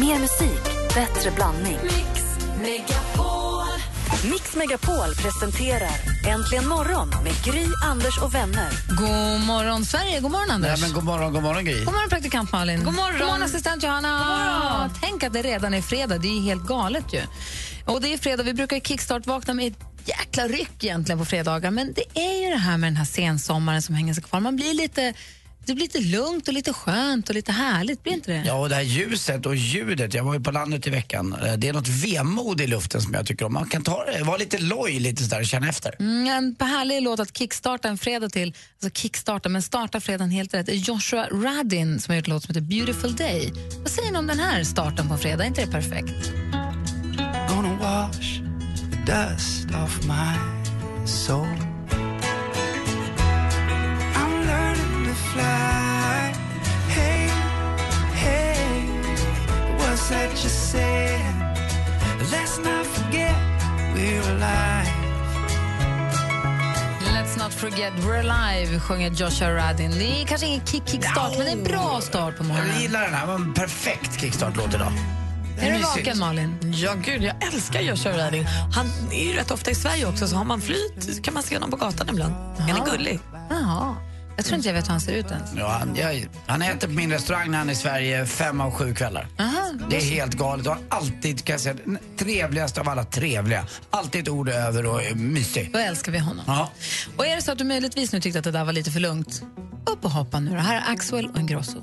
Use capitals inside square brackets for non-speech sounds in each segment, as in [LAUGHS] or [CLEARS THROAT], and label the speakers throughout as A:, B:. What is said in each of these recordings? A: Mer musik, bättre blandning.
B: Mix Megapol.
A: Mix Megapol presenterar Äntligen morgon med Gry, Anders och vänner.
C: God morgon, Sverige. God morgon,
D: Nej,
C: Anders.
D: men god morgon, god morgon Gry.
C: God morgon, praktikant Malin.
B: God morgon.
C: God morgon assistent Johanna. Ah,
B: morgon.
C: Tänk att det redan är fredag. Det är ju helt galet. ju. Och Det är fredag. Vi brukar kickstart-vakna med ett jäkla ryck egentligen på fredagar. Men det är ju det här med den här sensommaren som hänger sig kvar. Man blir lite, det blir lite lugnt och lite skönt och lite härligt. Blir inte det?
D: Ja, och det här ljuset och ljudet. Jag var ju på landet i veckan. Eh, Det är något vemod i luften som jag tycker om. Man kan ta det, vara lite loj lite sådär och känna efter.
C: Mm, en härlig låt att kickstarta en fredag till. Alltså kickstarta, men starta fredagen helt rätt. Joshua Radin som har gjort en låt som heter Beautiful Day. Vad säger ni om den här starten på en fredag? Är inte det perfekt?
E: Gonna wash the dust off my soul. I'm learning to fly. Hey, hey, what's that you said? Let's not forget we're alive.
C: Let's not forget we're alive, sjunger Joshua Radin. Det är kanske ingen kick, kickstart, men en bra start på
D: Jag
C: morgonen.
D: gillar den här. Det var en perfekt kickstart-låt idag.
C: Är du
D: mysigt.
C: vaken, Malin?
B: Ja, gud, jag älskar Joshua Radin. Han är ju rätt ofta i Sverige också, så har man flyt så kan man se honom på gatan ibland. Han är gullig.
C: Jaha. Jag tror inte jag vet hur han ser ut ens.
D: Ja, han, jag, han äter på min restaurang när han är i Sverige fem av sju kvällar.
C: Aha.
D: Det är helt galet. Och han alltid, kan jag säga, den trevligaste av alla trevliga. Alltid ett ord över och är mysig.
C: Då älskar vi honom.
D: Ja.
C: Och är det så att du möjligtvis nu tyckte att det där var lite för lugnt, upp och hoppa nu då. Här är Axwell och Ingrosso.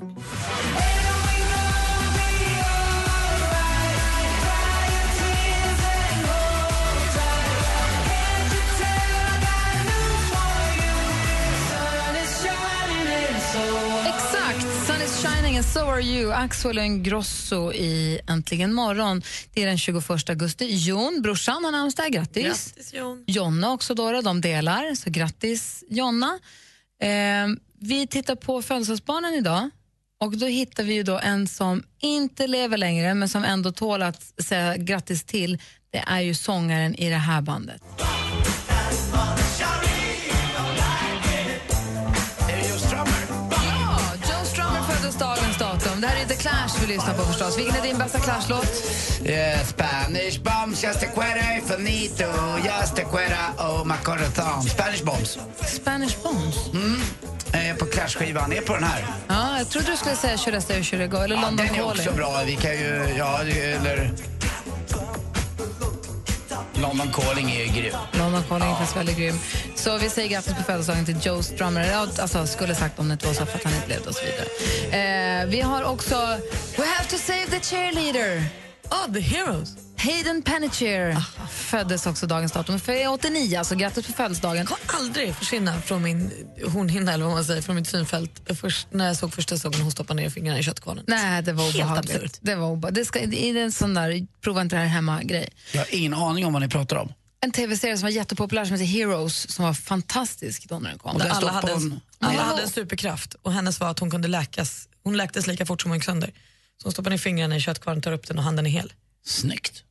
C: Exakt! Sun is shining and so are you. Axel och Ingrosso i Äntligen morgon. Det är den 21 augusti. Jon, brorsan, har namnsdag. Grattis!
B: Grattis, Jon.
C: Jonna också, då, då, de delar. Så grattis, Jonna. Eh, vi tittar på födelsedagsbarnen idag. Och då hittar vi ju då en som inte lever längre, men som ändå tål att säga grattis till. Det är ju sångaren i det här bandet.
D: Är det just drömmar?
C: Ja, Joe Strummer föddes dagens datum. Det här är The Clash vi lyssnar på förstås. Vilken är din bästa Clash-låt?
D: Eh, Spanish bombs, just a cuera infinito Just a cuera, oh my corazón Spanish bombs
C: Spanish Bombs.
D: eh, på Clash-skivan, är på den här.
C: Ja, jag trodde du skulle säga Churresta och Churrego eller
D: Ja,
C: London
D: den är
C: Calling.
D: också bra. Vi kan ju, ja, eller... London Calling är ju grym.
C: London Calling är faktiskt väldigt grym. Så vi säger grattis på födelsedagen till Joe Strummer. Ja, Alltså, skulle sagt om det inte var så för att han inte levde och så vidare. Eh, vi har också We have to save the cheerleader.
B: Oh, the Heroes.
C: Hayden Panettiere
B: Ah.
C: föddes också dagens datum. För jag är 89, alltså grattis på födelsedagen.
B: Jag kommer aldrig försvinna från min hornhinna eller vad man säger, från mitt synfält. Först, när jag såg första sången hon stoppade ner fingrarna i köttkvarnen.
C: Nej, det var
B: Helt
C: obehagligt.
B: absurt.
C: Det var obe- det ska, det är en sån där prova inte det här hemma-grej.
D: Jag har ingen aning om vad ni pratar om.
C: En tv-serie som var jättepopulär som heter Heroes som var fantastisk då när den kom.
D: Och där
B: alla
D: stoppade
B: hade, en,
D: hon-
B: alla
C: Ja.
B: hade en superkraft och hennes var att hon kunde läkas. Hon läktes lika fort som hon gick sönder. Så hon stoppar ner fingrarna i köttkvarnen, tar upp den och handen är hel.
D: Snyggt.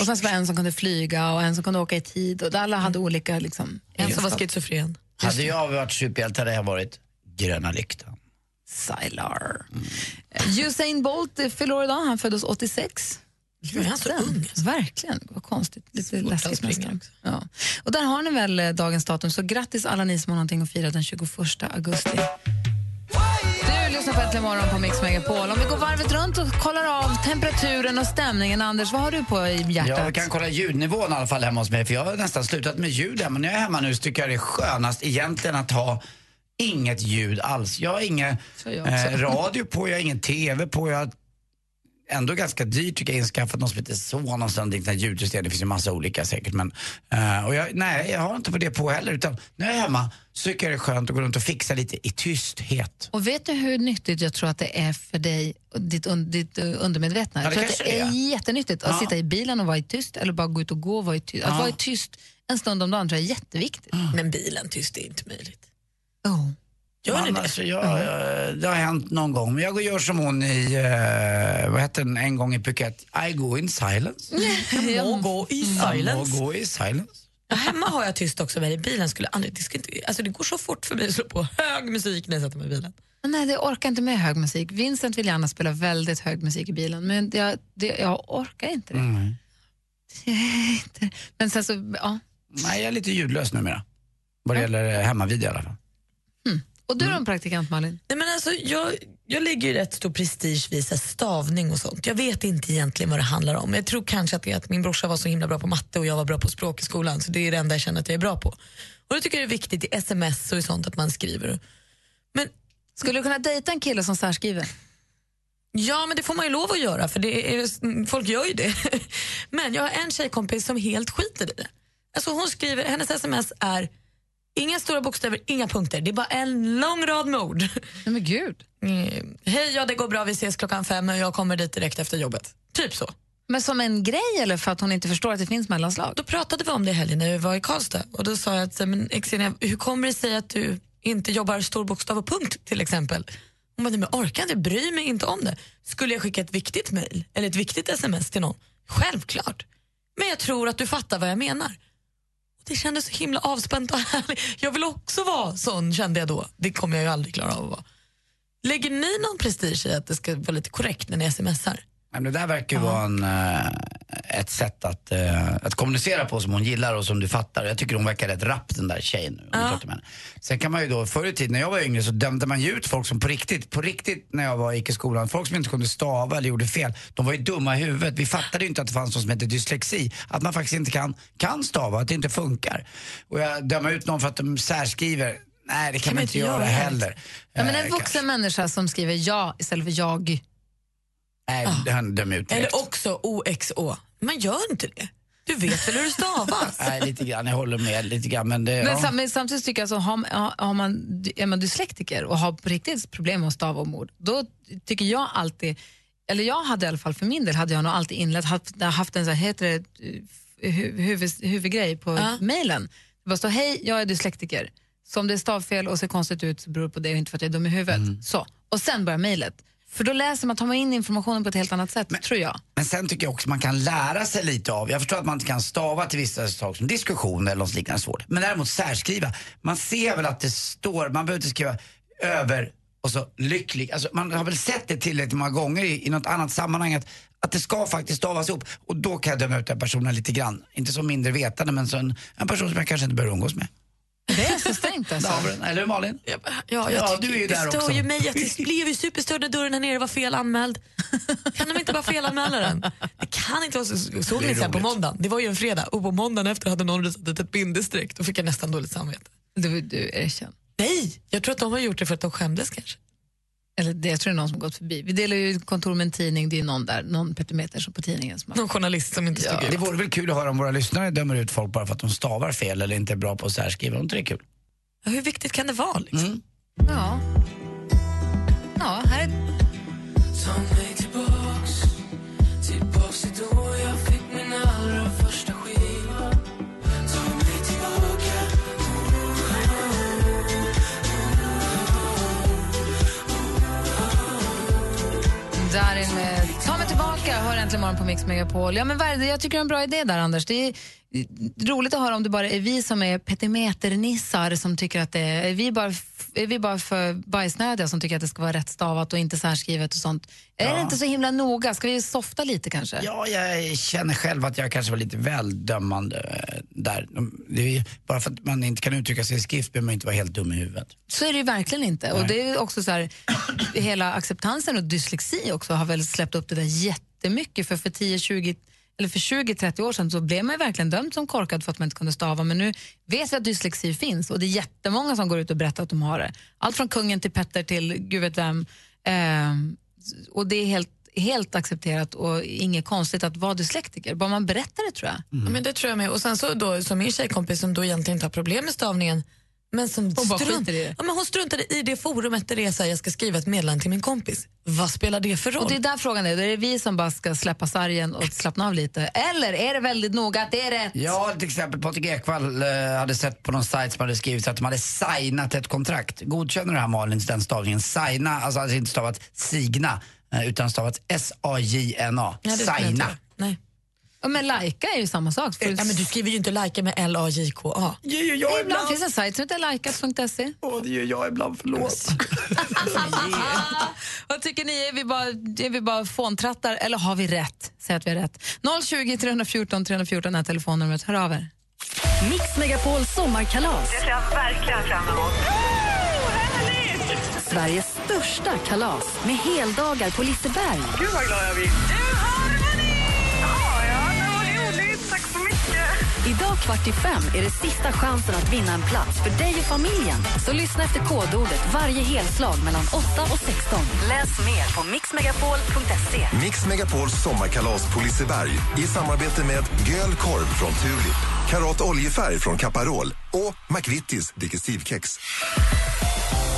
C: Och sen så var det en som kunde flyga och en som kunde åka i tid och alla hade olika liksom,
B: En som var
C: egenskaper.
B: schizofren.
D: Hade jag varit superhjälte hade jag varit gröna lyktan.
C: Sylar. Usain Bolt eh, fyller år idag. Han föddes 86.
B: Gud, är han så
C: Den.
B: ung?
C: Verkligen, vad konstigt. Lite
B: Fort
C: läskigt
B: han
C: nästan.
B: springer
C: Ja. Och där har ni väl eh, dagens datum, så grattis alla ni som har någonting att fira den 21 augusti. Du lyssnar på Äntligen morgon på Mix Megapol. Om vi går varvet runt och kollar av temperaturen och stämningen. Anders, vad har du på i hjärtat?
D: Jag kan kolla ljudnivån i alla fall hemma hos mig för jag har nästan slutat med ljud hemma. När jag är hemma nu så tycker jag det är skönast egentligen att ha inget ljud alls. Jag har ingen
C: Så jag också.
D: eh, radio på, jag har ingen TV på, jag har ändå ganska dyrt tycker jag inskaffat något som heter Sonos och sånt där ljudsystem. Det finns ju massa olika säkert men eh, och jag, nej jag har inte på det på heller utan när jag är hemma så tycker jag det är skönt att gå runt och fixa lite i tysthet.
C: Och vet du hur nyttigt jag tror att det är för dig, och ditt, un, ditt eh, undermedvetna?
D: Ja,
C: Jag
D: det
C: tror att
D: kanske
C: det
D: det
C: är
D: är.
C: jättenyttigt att
D: Ja.
C: sitta i bilen och vara i tyst eller bara gå ut och gå och vara i tyst. Att
D: Ja.
C: vara i tyst en stund om dagen tror jag är jätteviktigt.
B: Men bilen tyst, det är inte möjligt.
C: Oh.
B: Gör ni det? Mm.
D: Annars, jag, jag, alltså, det har hänt någon gång. Men jag går och gör som hon i, eh, vad hette den, en gång i Phuket. I go in silence.
B: Jag Mm. må gå Mm, i
D: Jag
B: silence.
D: må gå i silence.
B: Ja, hemma har jag tyst också, men i bilen skulle jag aldrig, det, skulle inte, alltså det går så fort för mig att slå på hög musik när jag sätter mig i bilen.
C: Men Nej, det orkar inte med hög musik. Vincent vill gärna spela väldigt hög musik i bilen, men jag, det, jag orkar inte [LAUGHS] det.
D: Mm.
C: Inte. Men sen så, ja.
D: Nej, jag är lite ljudlös numera. Vad det gäller eh, hemmavideo i alla fall.
C: Och
D: Mm.
C: du då, praktikant Malin?
B: Nej, men alltså, jag, jag lägger ju rätt stor prestige vid så här stavning och sånt. Jag vet inte egentligen vad det handlar om. Jag tror kanske att det är att min brorsa var så himla bra på matte och jag var bra på språk i skolan. Så det är det enda jag känner att jag är bra på. Och då tycker jag det är viktigt i sms och i sånt att man skriver. Men
C: Skulle du kunna dejta en kille som särskriver?
B: Ja, men det får man ju lov att göra, för det är, folk gör ju det. [LAUGHS] Men jag har en tjejkompis som helt skiter i det. Alltså hon skriver, hennes sms är inga stora bokstäver, inga punkter. Det är bara en lång rad med ord.
C: Nej men gud.
B: Mm. Hej, ja det går bra, vi ses klockan fem och jag kommer dit direkt efter jobbet. Typ så.
C: Men som en grej eller för att hon inte förstår att det finns mellanslag?
B: Då pratade vi om det i helgen när vi var i Karlstad och då sa jag att men Exenia, hur kommer det sig att du inte jobbar stor bokstav och punkt till exempel? Hon bara, "Nej, men jag orkar inte, bry mig inte om det. Skulle jag skicka ett viktigt mejl eller ett viktigt sms till någon? Självklart. Men jag tror att du fattar vad jag menar. Och det kändes så himla avspänt och härligt. Jag vill också vara sån kände jag då. Det kommer jag ju aldrig klara av att vara. Lägger ni någon prestige i att det ska vara lite korrekt när ni smsar?
D: Nej, men det där verkar ju vara en, eh, ett sätt att, eh, att kommunicera på som hon gillar och som du fattar. Jag tycker hon verkar rätt rapp den där tjejen. nu, om du pratar med henne. Sen kan man ju då, förr i tiden när jag var yngre så dömde man ju ut folk som på riktigt, på riktigt när jag var, gick i skolan, folk som inte kunde stava eller gjorde fel, de var ju dumma i huvudet. Vi fattade ju inte att det fanns något som hette dyslexi, att man faktiskt inte kan, kan stava, att det inte funkar. Och jag dömer ut någon för att de särskriver, nej det kan, man inte göra heller.
C: Ja, men
D: Eh,
C: en vuxen
D: kanske.
C: människa som skriver ja istället för jag.
D: Nej, han dömer ut direkt.
B: Eller också OXO. Man gör inte det. Du vet väl hur
D: [LAUGHS]
B: det stavas?
D: Nej, lite grann, jag håller med lite grann. Men det,
C: Men,
D: ja.
C: sam men samtidigt tycker jag så har, har man, är man dyslektiker och har på riktigt problem med att stava och ord, då tycker jag alltid, eller jag hade i alla fall för min del, hade jag nog alltid inlett, haft, haft en så här, heter det, eh, hu, huvud, huvudgrej på
B: Ja.
C: mejlen. Det bara står hej, jag är dyslektiker. Så om det är stavfel och ser konstigt ut så beror det på det och inte för att jag är dum i huvudet.
D: Mm.
C: Så. Och sen börjar mejlet. För då läser man, tar man in informationen på ett helt annat sätt, tror jag.
D: Men sen tycker jag också man kan lära sig lite av, jag förstår att man inte kan stava till vissa saker som diskussion eller något liknande svårt. Men däremot särskriva, man ser väl att det står, man behöver inte skriva över och så lycklig. Alltså man har väl sett det tillräckligt många gånger i, i något annat sammanhang att, att det ska faktiskt stavas ihop. Och då kan jag döma ut den personen lite grann. Inte som mindre vetande men som en, en person som jag kanske inte behöver umgås med.
C: Det är så strängt
D: [LAUGHS]
C: alltså.
D: Damen, Eller hur Malin?
B: Ja, jag
D: Ja,
B: tycker-
D: du är ju
B: det
D: där
B: stör
D: också.
B: ju mig. Jag
D: [LAUGHS]
B: blev ju superstörd när dörren här nere var felanmäld. Kan de inte bara
D: [LAUGHS]
B: felanmäla den? Det kan inte vara så. Såg
D: Det är
B: ni sen på
D: roligt.
B: måndagen? Det var ju en fredag och på måndagen efter hade någon ritat ett bindestreck. Då fick jag nästan dåligt samvete.
C: Du, du erkänn.
B: Nej, jag tror att de har gjort det för att de skämdes kanske.
C: Eller det, jag tror det är någon som gått förbi. Vi delar ju kontor med en tidning, det är någon där, någon petimeter som på tidningen som har...
B: Någon journalist som inte stod
D: Det
B: ut.
D: vore väl kul att höra om våra lyssnare dömer ut folk bara för att de stavar fel eller inte är bra på att särskriva. Om inte det är kul.
B: Ja, Hur viktigt kan det vara? Liksom?
C: Ja. Ja, här är...
E: Ta mig tillbaks, tillbaks till då jag fick min allra första skiva Ta mig tillbaka
C: Darin med Ta mig tillbaka, hör äntligen morgon på Mix Megapol. Ja, men vad är det? jag tycker det är en bra idé där, Anders. Det är eh, roligt att höra om det bara är vi som är petimeternissar som tycker att det är... Är vi bara, f- är vi bara för bajsnödiga som tycker att det ska vara rättstavat och inte särskrivet och sånt? Är det inte så himla noga? Ska vi softa lite kanske?
D: Ja, jag känner själv att jag kanske var lite väl dömande eh, där. Det är, ju- bara för att man inte kan uttrycka sig i skrift behöver man inte vara helt dum i huvudet.
C: Så är det ju verkligen inte. Och det är också så här, hela acceptansen och dyslexi också har väl släppt upp det där jättemycket. För för 10, 20 eller för 20-30 år sedan så blev man ju verkligen dömd som korkad för att man inte kunde stava. Men nu vet vi att dyslexi finns och det är jättemånga som går ut och berättar att de har det. Allt från kungen till Petter till gud vet vem. Ehm, och det är helt, helt accepterat och inget konstigt att vara dyslektiker. Bara man berättar det tror jag.
B: Ja, Men det tror jag med. Och sen så då, som min tjejkompis som då egentligen inte har problem med stavningen men som
C: Hon bara
B: strunt-
C: skiter i det.
B: Ja, men hon struntade i det forumet där det är så här, jag ska skriva ett meddelande till min kompis. Vad spelar det för roll?
C: Och det är där frågan är, är det vi som bara ska släppa sargen och slappna av lite? Eller är det väldigt noga att det är rätt?
D: Ja, till exempel Patrik Ekwall eh, hade sett på någon sajt som hade skrivit att de hade signat ett kontrakt. Godkänner du det här Malin, den stavningen? Signa, alltså hade inte stavat signa, eh, utan stavat S-A-J-N-A.
B: Nej, det spelar inte
D: Signa.
B: roll. Nej.
C: Ja, Ja, men lajka är ju samma sak. Får
B: Eh, Ja, men du skriver ju inte lajka med L-A-J-K-A.
D: Det gör jag
C: Ibland
D: ibland.
C: finns en sajt som heter lajkat.se.
D: Åh, det gör jag ibland, förlåt.
B: Ah.
C: Vad tycker ni? Är vi, bara, är vi bara fåntrattar eller har vi rätt? Säg att vi har rätt. 020 314 314 är telefonnumret. Hör av er.
A: Mix Megapol sommarkalas.
F: Det ser jag verkligen fram emot.
A: Sveriges största kalas med heldagar på Liseberg.
F: Gud vad glad jag blir. Du har Ja, ja, det var roligt. Tack så mycket.
A: Idag kvart i fem är det sista chansen att vinna en plats för dig och familjen. Så lyssna efter kodordet varje helslag mellan 8 och 16. Läs mer på mixmegapol.se.
G: Mix Megapols sommarkalas på Liseberg i samarbete med Göl korv från Tulip, Karat oljefärg från Caparol och McVittys digestivkex.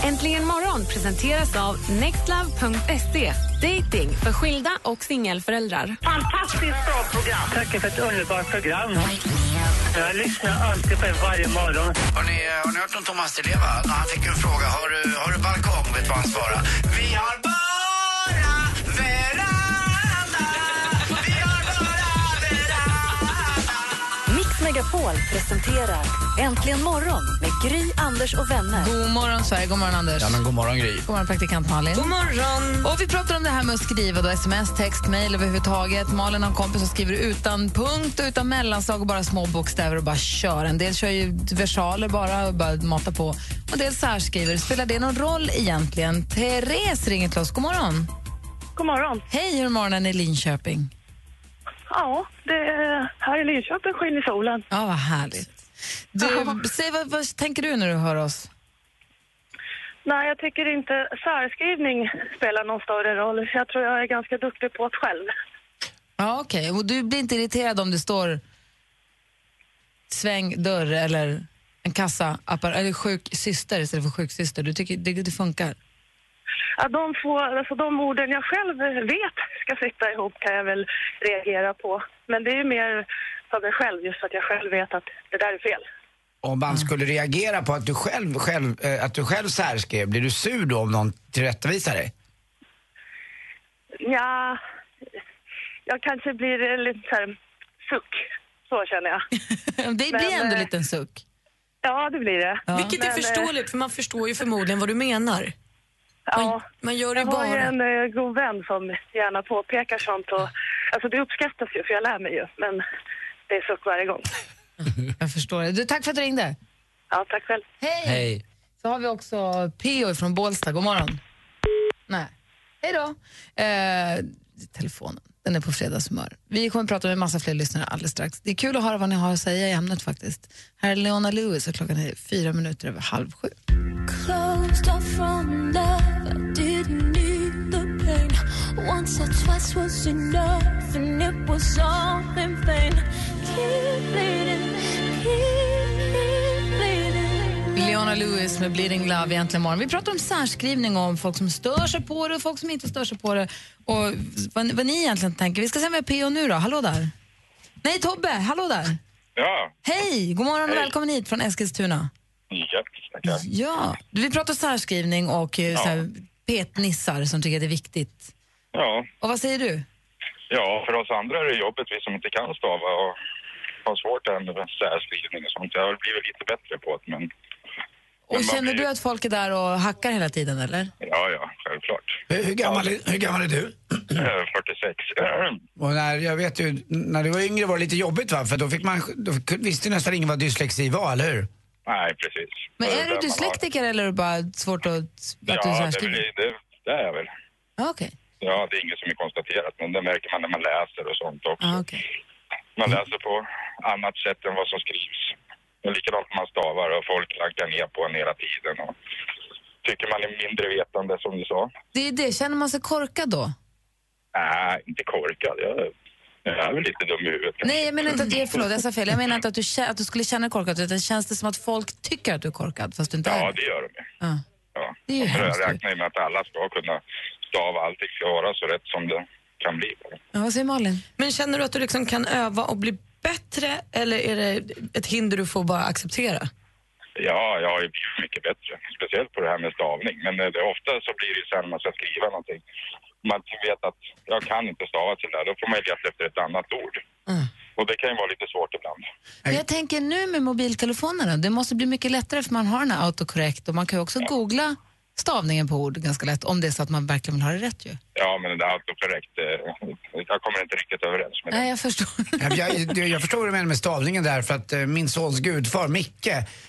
H: Äntligen morgon presenteras av nextlove.se. Dating för skilda och singelföräldrar.
F: Fantastiskt bra program.
I: Tack för ett underbart program. Jag lyssnar alltid på er varje morgon.
D: Har ni, eh, har ni hört om Thomas Di Leva? När Han fick en fråga. Har du, har du balkong? Vet du vad han svarade? Vi har bara veranda. Vi har bara veranda.
A: Mix Megapol presenterar Äntligen morgon med Gry, Anders och vänner.
C: God morgon, Sverige. God morgon, Anders.
D: Ja, men god morgon, Gry.
C: God morgon, praktikant Malin.
B: God morgon!
C: Och vi pratar om det här med att skriva då, sms, text, mejl överhuvudtaget. Malin har en kompis som skriver utan punkt och utan mellanslag och bara små bokstäver och bara kör. En del kör ju versaler bara och bara matar på. Och del särskriver. Spelar det någon roll egentligen? Therese ringer till oss. God morgon.
F: God morgon.
C: Hej, hur morgonen i Linköping?
F: Ja, det är, här i Linköping skiner solen.
C: Ja, vad härligt. Du, säg, vad, vad tänker du när du hör oss?
F: Nej, jag tycker inte särskrivning spelar någon större roll. Jag tror jag är ganska duktig på det själv.
C: Ja, okej. Och du blir inte [LAUGHS] irriterad om det står sväng dörr eller en kassa eller sjuk syster istället för sjuksyster. Du tycker det, det funkar?
F: Ja, de, få, alltså, de orden jag själv vet ska sitta ihop kan jag väl reagera på. Men det är ju mer för mig själv, just för att jag själv vet att det där är fel.
D: Om man skulle reagera på att du själv, själv, eh, att du själv särskrev, blir du sur då om någon tillrättavisar dig?
F: Ja, jag kanske blir eh, lite så här suck. Så känner jag.
C: Det blir
F: Men,
C: ändå en
F: eh,
C: liten suck.
F: Ja, det blir det.
B: Vilket
F: Men,
B: är
F: eh,
B: förståeligt, för man förstår ju förmodligen vad du menar.
F: Ja.
B: Man gör det
F: Jag har ju
B: bara.
F: en eh, god vän som gärna påpekar sånt. Och, alltså det uppskattas ju, för jag lär mig ju. Men det är suck varje gång.
C: Jag förstår det. Du, tack för att du ringde.
F: Ja, tack själv.
C: Hej!
D: Hej.
C: Så har vi också Peo från Bålsta. God morgon. Nej. Hej då. Eh, telefonen. Den är på fredagshumör. Vi kommer att prata med en massa fler lyssnare alldeles strax. Det är kul att höra vad ni har att säga i ämnet faktiskt. Här är Leona Lewis och klockan är fyra minuter över halv sju. Leona Lewis med Bleeding Love egentligen morgon. Vi pratar om särskrivning och om folk som stör sig på det och folk som inte stör sig på det. Och vad, vad ni egentligen tänker. Vi ska se med P.O. nu då. Hallå där. Nej, Tobbe. Hallå där.
J: Ja,
C: Hej! God morgon och välkommen hit från Eskilstuna.
J: ja tackar.
C: Ja, vi pratar särskrivning och eh, så här, petnissar som tycker att det är viktigt.
J: Ja,
C: Och vad säger du?
J: ja, för oss andra är det jobbet, vi som inte kan stava och har svårt det här med särskrivning och sånt. Jag har blivit lite bättre på det, men
C: Och
J: man
C: känner
J: blir-
C: du att folk är där och hackar hela tiden eller?
J: ja, ja, självklart.
D: Hur, hur, gammal, är- hur gammal är du?
J: Eh, 46.
D: Och när, jag vet ju, när du var yngre var det lite jobbigt va? För då, fick man, då fick- visste nästan ingen vad dyslexi var, eller hur?
J: [CLEARS THROAT] Nej, precis.
C: Men
J: Det
C: är
J: där man
C: du
J: har-
C: dyslektiker eller är det bara svårt att, att du
J: Ja, det, är
C: särskriver?
J: väl- det, det är jag väl.
C: Ja, okej.
J: Ja, det är inget som är konstaterat, men det märker man när man läser och sånt också.
C: Ja, okej.
J: Man läser på annat sätt än vad som skrivs. Och likadant man stavar och folk klankar ner på en hela tiden. Och tycker man är mindre vetande, som du sa.
C: Det är det, känner man sig korkad då?
J: Nej, inte korkad. Jag, jag är väl lite dum i huvudet. kanske.
C: Nej, jag menar inte att, jag- förlåt, jag sa fel. Jag menar inte att du, kä- att du skulle känna dig korkad, utan känns det som att folk tycker att du är korkad fast du inte
J: Ja,
C: är
J: det gör de ju.
C: Ja.
J: Ja.
C: Det är ju
J: Och för
C: hemskt.
J: Jag räknar ju med att alla ska kunna stava allting ska vara så rätt som det kan bli.
C: ja, vad säger Malin?
B: Men känner du att du liksom kan öva och bli bättre eller är det ett hinder du får bara acceptera?
J: Ja, jag har ju blivit mycket bättre. Speciellt på det här med stavning. Men eh, det, ofta så blir det ju sen när man ska skriva
B: Mm.
J: någonting. Man vet att jag kan inte stava till det här. Då får man ju leta efter ett annat ord. Och det kan ju vara lite svårt ibland.
C: Men jag tänker nu med mobiltelefonerna, det måste bli mycket lättare för man har den här autocorrect och man kan ju också googla stavningen på ord ganska lätt om det är så att man verkligen vill ha det rätt ju.
J: Ja, men det där autokorrekt, eh, jag kommer inte riktigt överens med det.
C: Nej, jag förstår.
D: Ja, men Jag, jag, jag förstår vad du menar med stavningen där för att eh, min sons gudfar Micke,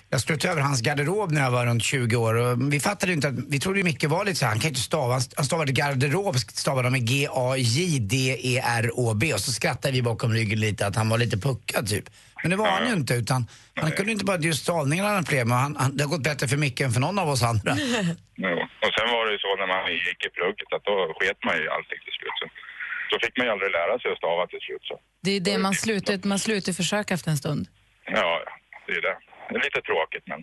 D: jag slog över hans garderob när jag var runt 20 år och vi fattade ju inte att, vi trodde ju Micke var lite så här, han kan ju inte stava, han st- han stavade garderob, stavade han med E G-A-J-D-E-R-O-B och så skrattade vi bakom ryggen lite att han var lite puckad typ. Men det var han ju inte utan han kunde inte bara, det är just stavningen han hade problem med och han, han, det har gått bättre för Micke än för någon av oss andra.
B: Mm.
J: Jo. Och sen var det ju så när man gick i plugget att då sket man ju i allting till slut. Så, så fick man ju aldrig lära sig att stava till slut. Så.
C: [LAUGHS] Det är ju det man slutar, man slutar försöka efter en stund.
J: Ja, ja, det är det. Det är lite tråkigt men,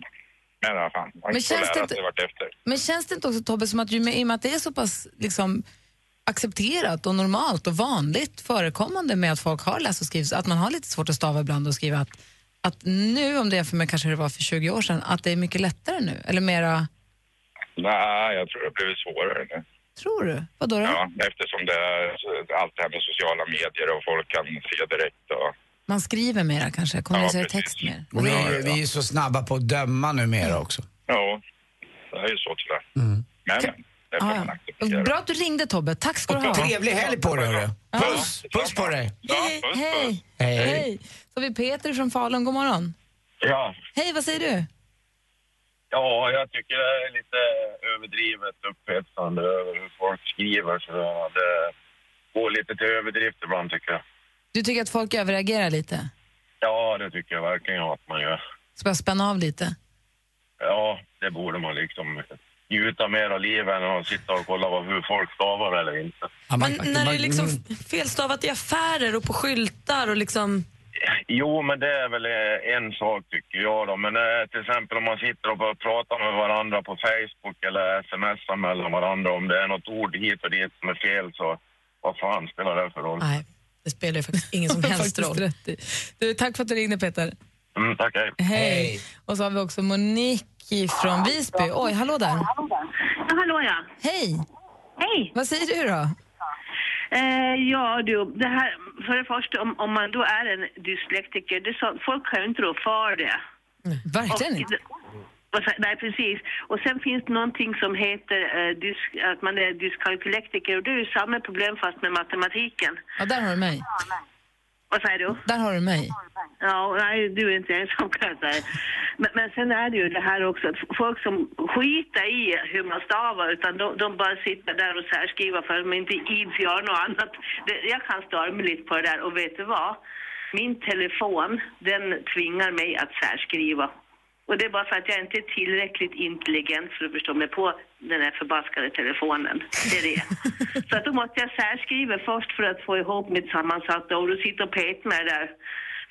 J: men vad fan, man
C: Men
J: får
C: känns det
J: lära
C: inte-
J: sig vartefter.
C: Men känns det inte också Tobbe som att ju med, i och med att det är så pass liksom, accepterat och normalt och vanligt förekommande med att folk har läs och skrivs, att man har lite svårt att stava ibland och skriva att, att nu om det är för mig kanske det var för 20 år sedan, att det är mycket lättare nu? Eller mera,
J: Nej, jag tror det har blivit svårare nu.
C: tror du? Vadå då?
J: Ja, eftersom det är allt det här med sociala medier och folk kan se direkt och...
C: Man skriver mera kanske, kommunicerar i text mer.
D: Och vi, är ju- vi är ju så snabba på att döma numera också.
J: Ja, det är ju så tyvärr. Men, men. det får
C: Ah,
J: man acceptera.
C: ja. Bra att du ringde Tobbe, tack ska du ha.
D: Trevlig helg på dig hörru. Puss, puss på dig.
C: Hej, hej,
D: Hej.
C: hej. Så har vi Peter från Falun, god morgon.
K: Ja,
C: Hej, vad säger du?
K: ja, jag tycker det är lite överdrivet upphetsande över hur folk skriver. Så det går lite till överdrift ibland tycker jag.
C: Du tycker att folk överreagerar lite?
K: Ja, det tycker jag verkligen att man gör.
C: Så bara spänna av lite?
K: Ja, det borde man liksom njuta mer av livet än att sitta och kolla vad, hur folk stavar eller inte.
B: Men när det är liksom felstavat i affärer och på skyltar och liksom...
K: Jo, men det är väl eh, en sak tycker jag då. Men eh, till exempel om man sitter och bara pratar med varandra på Facebook eller smsar mellan varandra. Om det är något ord hit och dit som är fel så vad fan spelar det för roll?
B: Nej, det spelar ju faktiskt ingen
C: [LAUGHS]
B: som helst
C: Faktiskt
B: roll.
C: rätt i. Du, tack för att du ringde Peter.
K: Mm, tack, hej.
C: Hej. Och så har vi också Monique från Visby. Oj, hallå där.
L: Ja, hallå ja.
C: Hej.
L: Hej.
C: Vad säger du då?
L: Eh, ja du, det här, för det första om, om man då är en dyslektiker, det är så, folk kan ju inte rå för det.
C: Verkligen
L: Mm. Och-
C: inte.
L: och så- Nej, precis. Och sen finns det någonting som heter eh, dys, att man är dyskalkylektiker och det är ju samma problem fast med matematiken.
C: Ja, där har du mig.
L: Vad säger du?
C: Där har du mig.
L: Ja, nej, du är inte ensam kan jag säga. Men, men sen är det ju det här också att folk som skiter i hur man stavar utan de, de bara sitter där och särskriver för att de inte ids gör något annat. Det, jag kan störa mig lite på det där och vet du vad? Min telefon, den tvingar mig att särskriva. Och det är bara för att jag inte är tillräckligt intelligent för att förstå mig på den här förbaskade telefonen. Det är det. Så att då måste jag särskriva först för att få ihop mitt sammansatta ord och sitta och peta med det där.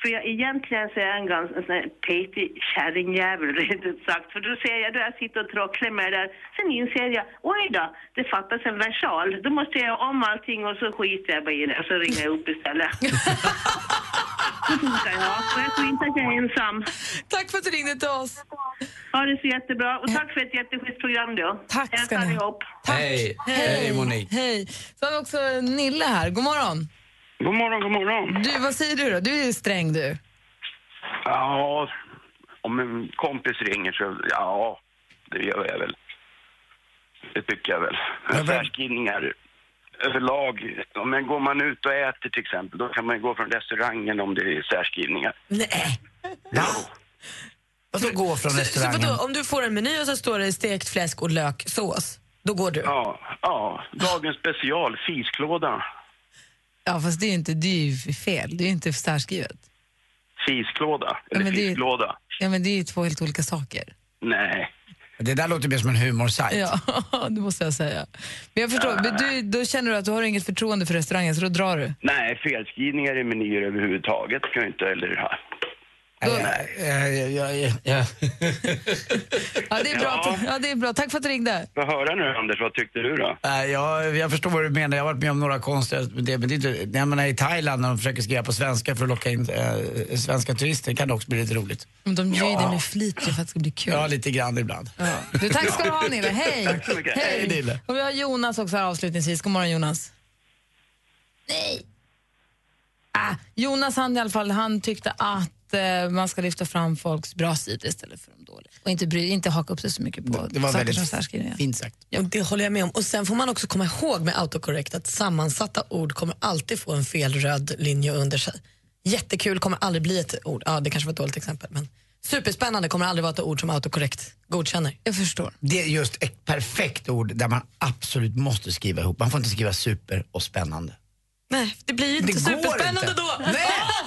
L: För jag, egentligen så är jag en ganska sån här petig kärringjävel [LAUGHS] rent ut sagt. För då ser jag, då jag sitter och tråcklar med det där. Sen inser jag, oj då, det fattas en versal. Då måste jag göra om allting och så skiter jag bara i det och så ringer jag upp istället. Det funkar ja. Och jag tror inte att jag är ensam.
C: Tack för att du ringde till oss.
L: Ha det så jättebra. Och tack för ett jätteschysst program då. Tack
C: Eh. ska ni ha.
L: allihop.
D: Hej. Hej Monique.
C: Hej. Så har vi också Nille här. God morgon.
M: God morgon, god morgon.
C: Du, vad säger du då? Du är ju sträng du.
M: Ja, om en kompis ringer så, ja, det gör jag väl. Det tycker jag väl. Särskrivningar överlag. Ja, Men går man ut och äter till exempel, då kan man ju gå från restaurangen om det är särskrivningar.
B: Nej.
D: Vadå gå från
B: Så
D: restaurangen?
B: vadå, om du får en meny och så står det stekt fläsk och löksås, då går du?
M: Ja, ja. Dagens special, fisklåda.
C: Ja, fast det är ju inte, det är ju fel. Det är ju inte särskrivet.
M: Fisklåda, eller
C: men det är-
M: fisklåda.
C: Ja, men det är ju två helt olika saker.
M: Nej.
D: Det där låter mer som en humorsajt.
C: Ja, [LAUGHS] det måste jag säga. Men jag förstår, men du, då känner du att du har inget förtroende för restaurangen, så då drar du.
M: Nej, felskrivningar i menyer överhuvudtaget kan ju inte, eller ja.
D: Eh, Nej. [LAUGHS]
C: Ja, det är bra. att- Ja, det är bra. Tack för att du ringde.
M: Få höra nu Anders, vad tyckte du då?
D: Nej, Eh, jag, jag förstår vad du menar. Jag har varit med om några konstiga... Men det, men det är inte, jag menar, I Thailand när de försöker skriva på svenska för att locka in eh, svenska turister kan det också bli lite roligt.
C: Men de gör ju
D: Ja.
C: det med flit för att det ska bli kul.
D: Ja, lite grann ibland.
C: Du, tack ska du ha, Nille. Hej!
D: Tack så mycket. Hej, Nille.
C: Och vi har Jonas också här avslutningsvis. God morgon, Jonas. Nej! Ah, Jonas han i alla fall, han tyckte att eh, man ska lyfta fram folks bra sidor istället för de dåliga. Och inte, bry, inte haka upp sig så mycket på
B: det var
C: saker
B: väldigt
C: som särskrivningar.
D: Fint sagt.
B: Ja, det håller jag med om. Och Sen får man också komma ihåg med autocorrect att sammansatta ord kommer alltid få en fel röd linje under sig. Jättekul kommer aldrig bli ett ord. Ja, det kanske var ett dåligt exempel, men superspännande kommer aldrig vara ett ord som autocorrect godkänner.
C: Jag förstår.
D: Det är just ett perfekt ord där man absolut måste skriva ihop. Man får inte skriva super och spännande.
B: Nej, det blir ju
D: Det
B: inte
D: går
B: superspännande
D: inte.
B: då.
D: Nej,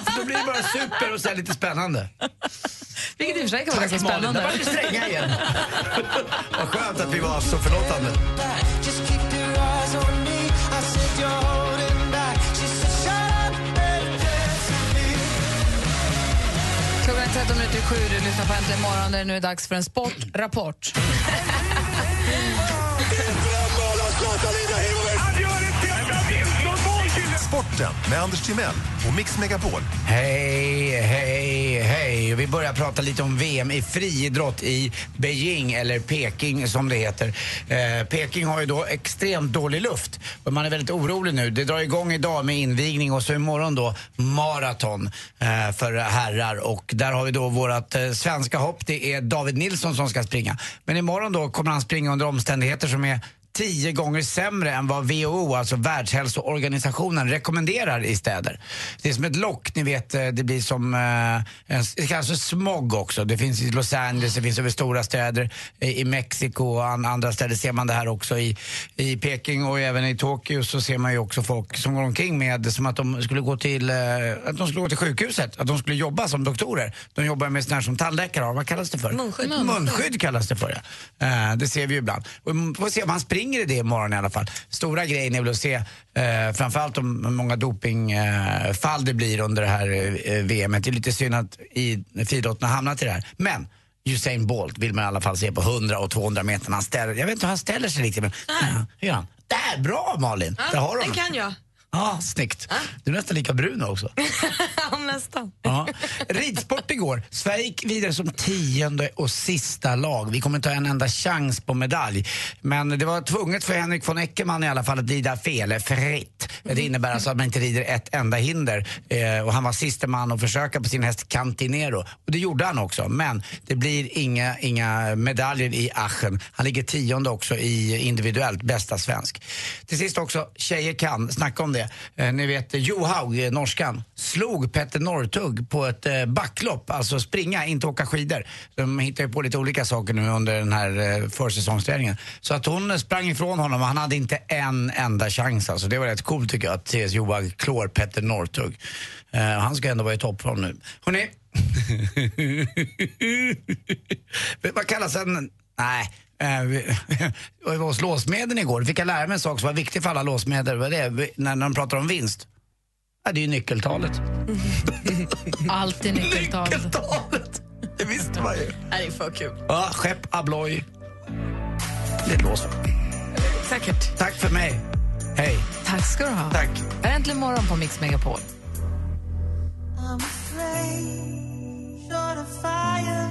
D: för då blir det bara super och sen lite spännande.
C: Vilket i och för sig kan vara
D: Tack
C: ganska
D: Malin,
C: spännande.
D: där var vi stränga igen. Vad skönt att vi var så förlåtande.
E: Just keep your eyes on me. I said you're holding back. She said, shut up and dance with me.
C: Klockan är 13 minuter i sju, du lyssnar på Äntligen morgon. Det är nu dags för en
B: [LAUGHS]
C: sportrapport.
G: Sporten med Anders Timell och Mix Megapol.
D: Hej, hej, hej. Och Vi börjar prata lite om VM i friidrott i Beijing, eller Peking som det heter. Eh, Peking har ju då extremt dålig luft och man är väldigt orolig nu. Det drar igång idag med invigning och så imorgon då maraton eh, för herrar. Och där har vi då vårt eh, svenska hopp, det är David Nilsson som ska springa. Men imorgon då kommer han springa under omständigheter som är tio gånger sämre än vad WHO, alltså Världshälsoorganisationen, rekommenderar i städer. Det är som ett lock, ni vet, eh, det blir som, eh, en- det kallas för smog också. Det finns i Los Angeles, det finns över stora städer, eh, i Mexiko och an, andra städer ser man det här också. I, I Peking och även i Tokyo så ser man ju också folk som går omkring med, som att de skulle gå till, eh, att de skulle gå till sjukhuset, att de skulle jobba som doktorer. De jobbar med sådana här som tandläkare har, vad kallas det för?
B: Munskydd.
D: Munskydd kallas det för, ja. Eh, Det ser vi ju ibland. Och vi får se om han springer i det imorgon i alla fall. Stora grejen är väl att se eh, framförallt om hur många dopingfall det blir under det här eh, VMet. Det är lite synd att i- friidrotten har hamnat i det här. Men Usain Bolt vill man i alla fall se på 100 och 200 meter. Han ställer, jag vet inte hur han ställer sig riktigt, men Ja, hur gör han? Där, bra Malin! Där har du
B: den
D: honom.
B: kan jag. [LAUGHS]
D: Ja, snyggt. Du är nästan lika brun också.
B: Nästan.
D: Ja. Ridsport igår. Sverige gick vidare som tionde och sista lag. Vi kommer inte ha en enda chans på medalj. Men det var tvunget för Henrik von Eckermann i alla fall att rida fel, eh, fritt. Det innebär alltså att man inte rider ett enda hinder. Eh, och han var siste man att försöka på sin häst Cantinero. Och det gjorde han också. Men det blir inga, inga medaljer i Aachen. Han ligger tionde också i individuellt, bästa svensk. Till sist också, tjejer kan, snacka om det. Eh, ni vet Johaug, eh, norskan, slog Petter Northug på ett eh, backlopp, alltså springa, inte åka skidor. De hittar ju på lite olika saker nu under den här eh, försäsongsträningen. Så att hon eh, sprang ifrån honom och han hade inte en enda chans. Alltså, det var rätt coolt tycker jag att CS Johaug klår Petter Northug. Eh, han ska ändå vara i toppform nu. Hörrni, Vet- [LAUGHS] Vad kallas en... Nej. eh, vi- [LAUGHS] Jag var hos låsmeden igår. Fick jag lära mig en sak som var viktig för alla låsmeder. Vad är det? Vi- När när de pratar om vinst. Ja, det är ju nyckeltalet.
C: Alltid nyckeltal.
D: Nyckeltalet! Det visste man ju.
B: Nej, det är för kul.
D: Ja, skepp, abloj. Det är ett lås.
B: Säkert.
D: Tack för mig. Hej.
C: Tack ska du ha.
D: Tack.
C: Här är Äntligen morgon på Mix Megapol.
E: I'm afraid, short of fire.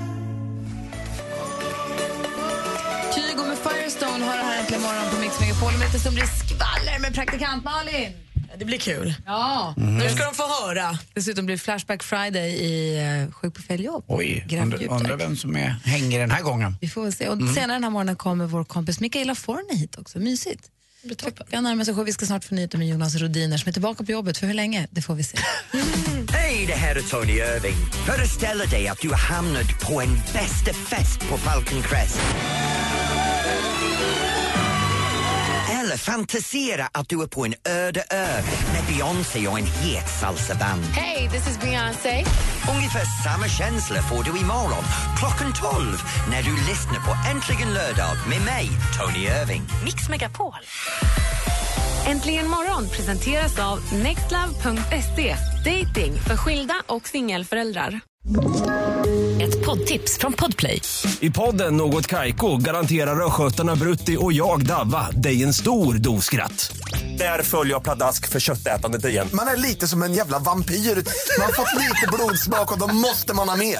C: Kygo med Firestone har det här Äntligen morgon på Mix Megapol. Om lite som blir skvaller med praktikant Malin.
B: Det blir kul. Mm-hmm.
C: Ja.
B: Nu ska de få höra.
C: Dessutom blir Flashback Friday i eh, Sjuk på fel jobb.
D: Oj,
C: Grann
D: undrar,
C: djupt
D: undrar
C: där.
D: vem som är, hänger den här gången.
C: Vi får väl se. Och
D: Mm.
C: Senare den här morgonen kommer vår kompis Mikaela Forni hit också. Mysigt. Klockan närmar sig sju. Vi ska snart få nyheter med Jonas Rodiner som är tillbaka på jobbet. För hur länge? Det får vi se.
N: Hej, det här är Tony Irving. Föreställ dig att du har hamnat på en bästa fest på Falcon Crest. Eller fantisera att du är på en öde ö med Beyoncé och en het salsaband.
H: Hey, this is Beyoncé.
N: Ungefär samma känsla får du imorgon klockan 12 när du lyssnar på Äntligen lördag med mig, Tony Irving.
H: Mix Megapol. Äntligen morgon presenteras av nextlove.se. Dating för skilda och singelföräldrar.
A: Ett poddtips från Podplay.
O: I podden Något Kaiko garanterar östgötarna Brutti och jag, Davva, dig en stor dos skratt. Där följer jag pladask för köttätandet igen.
P: Man är lite som en jävla vampyr. Man har fått lite blodsmak och då måste man ha mer.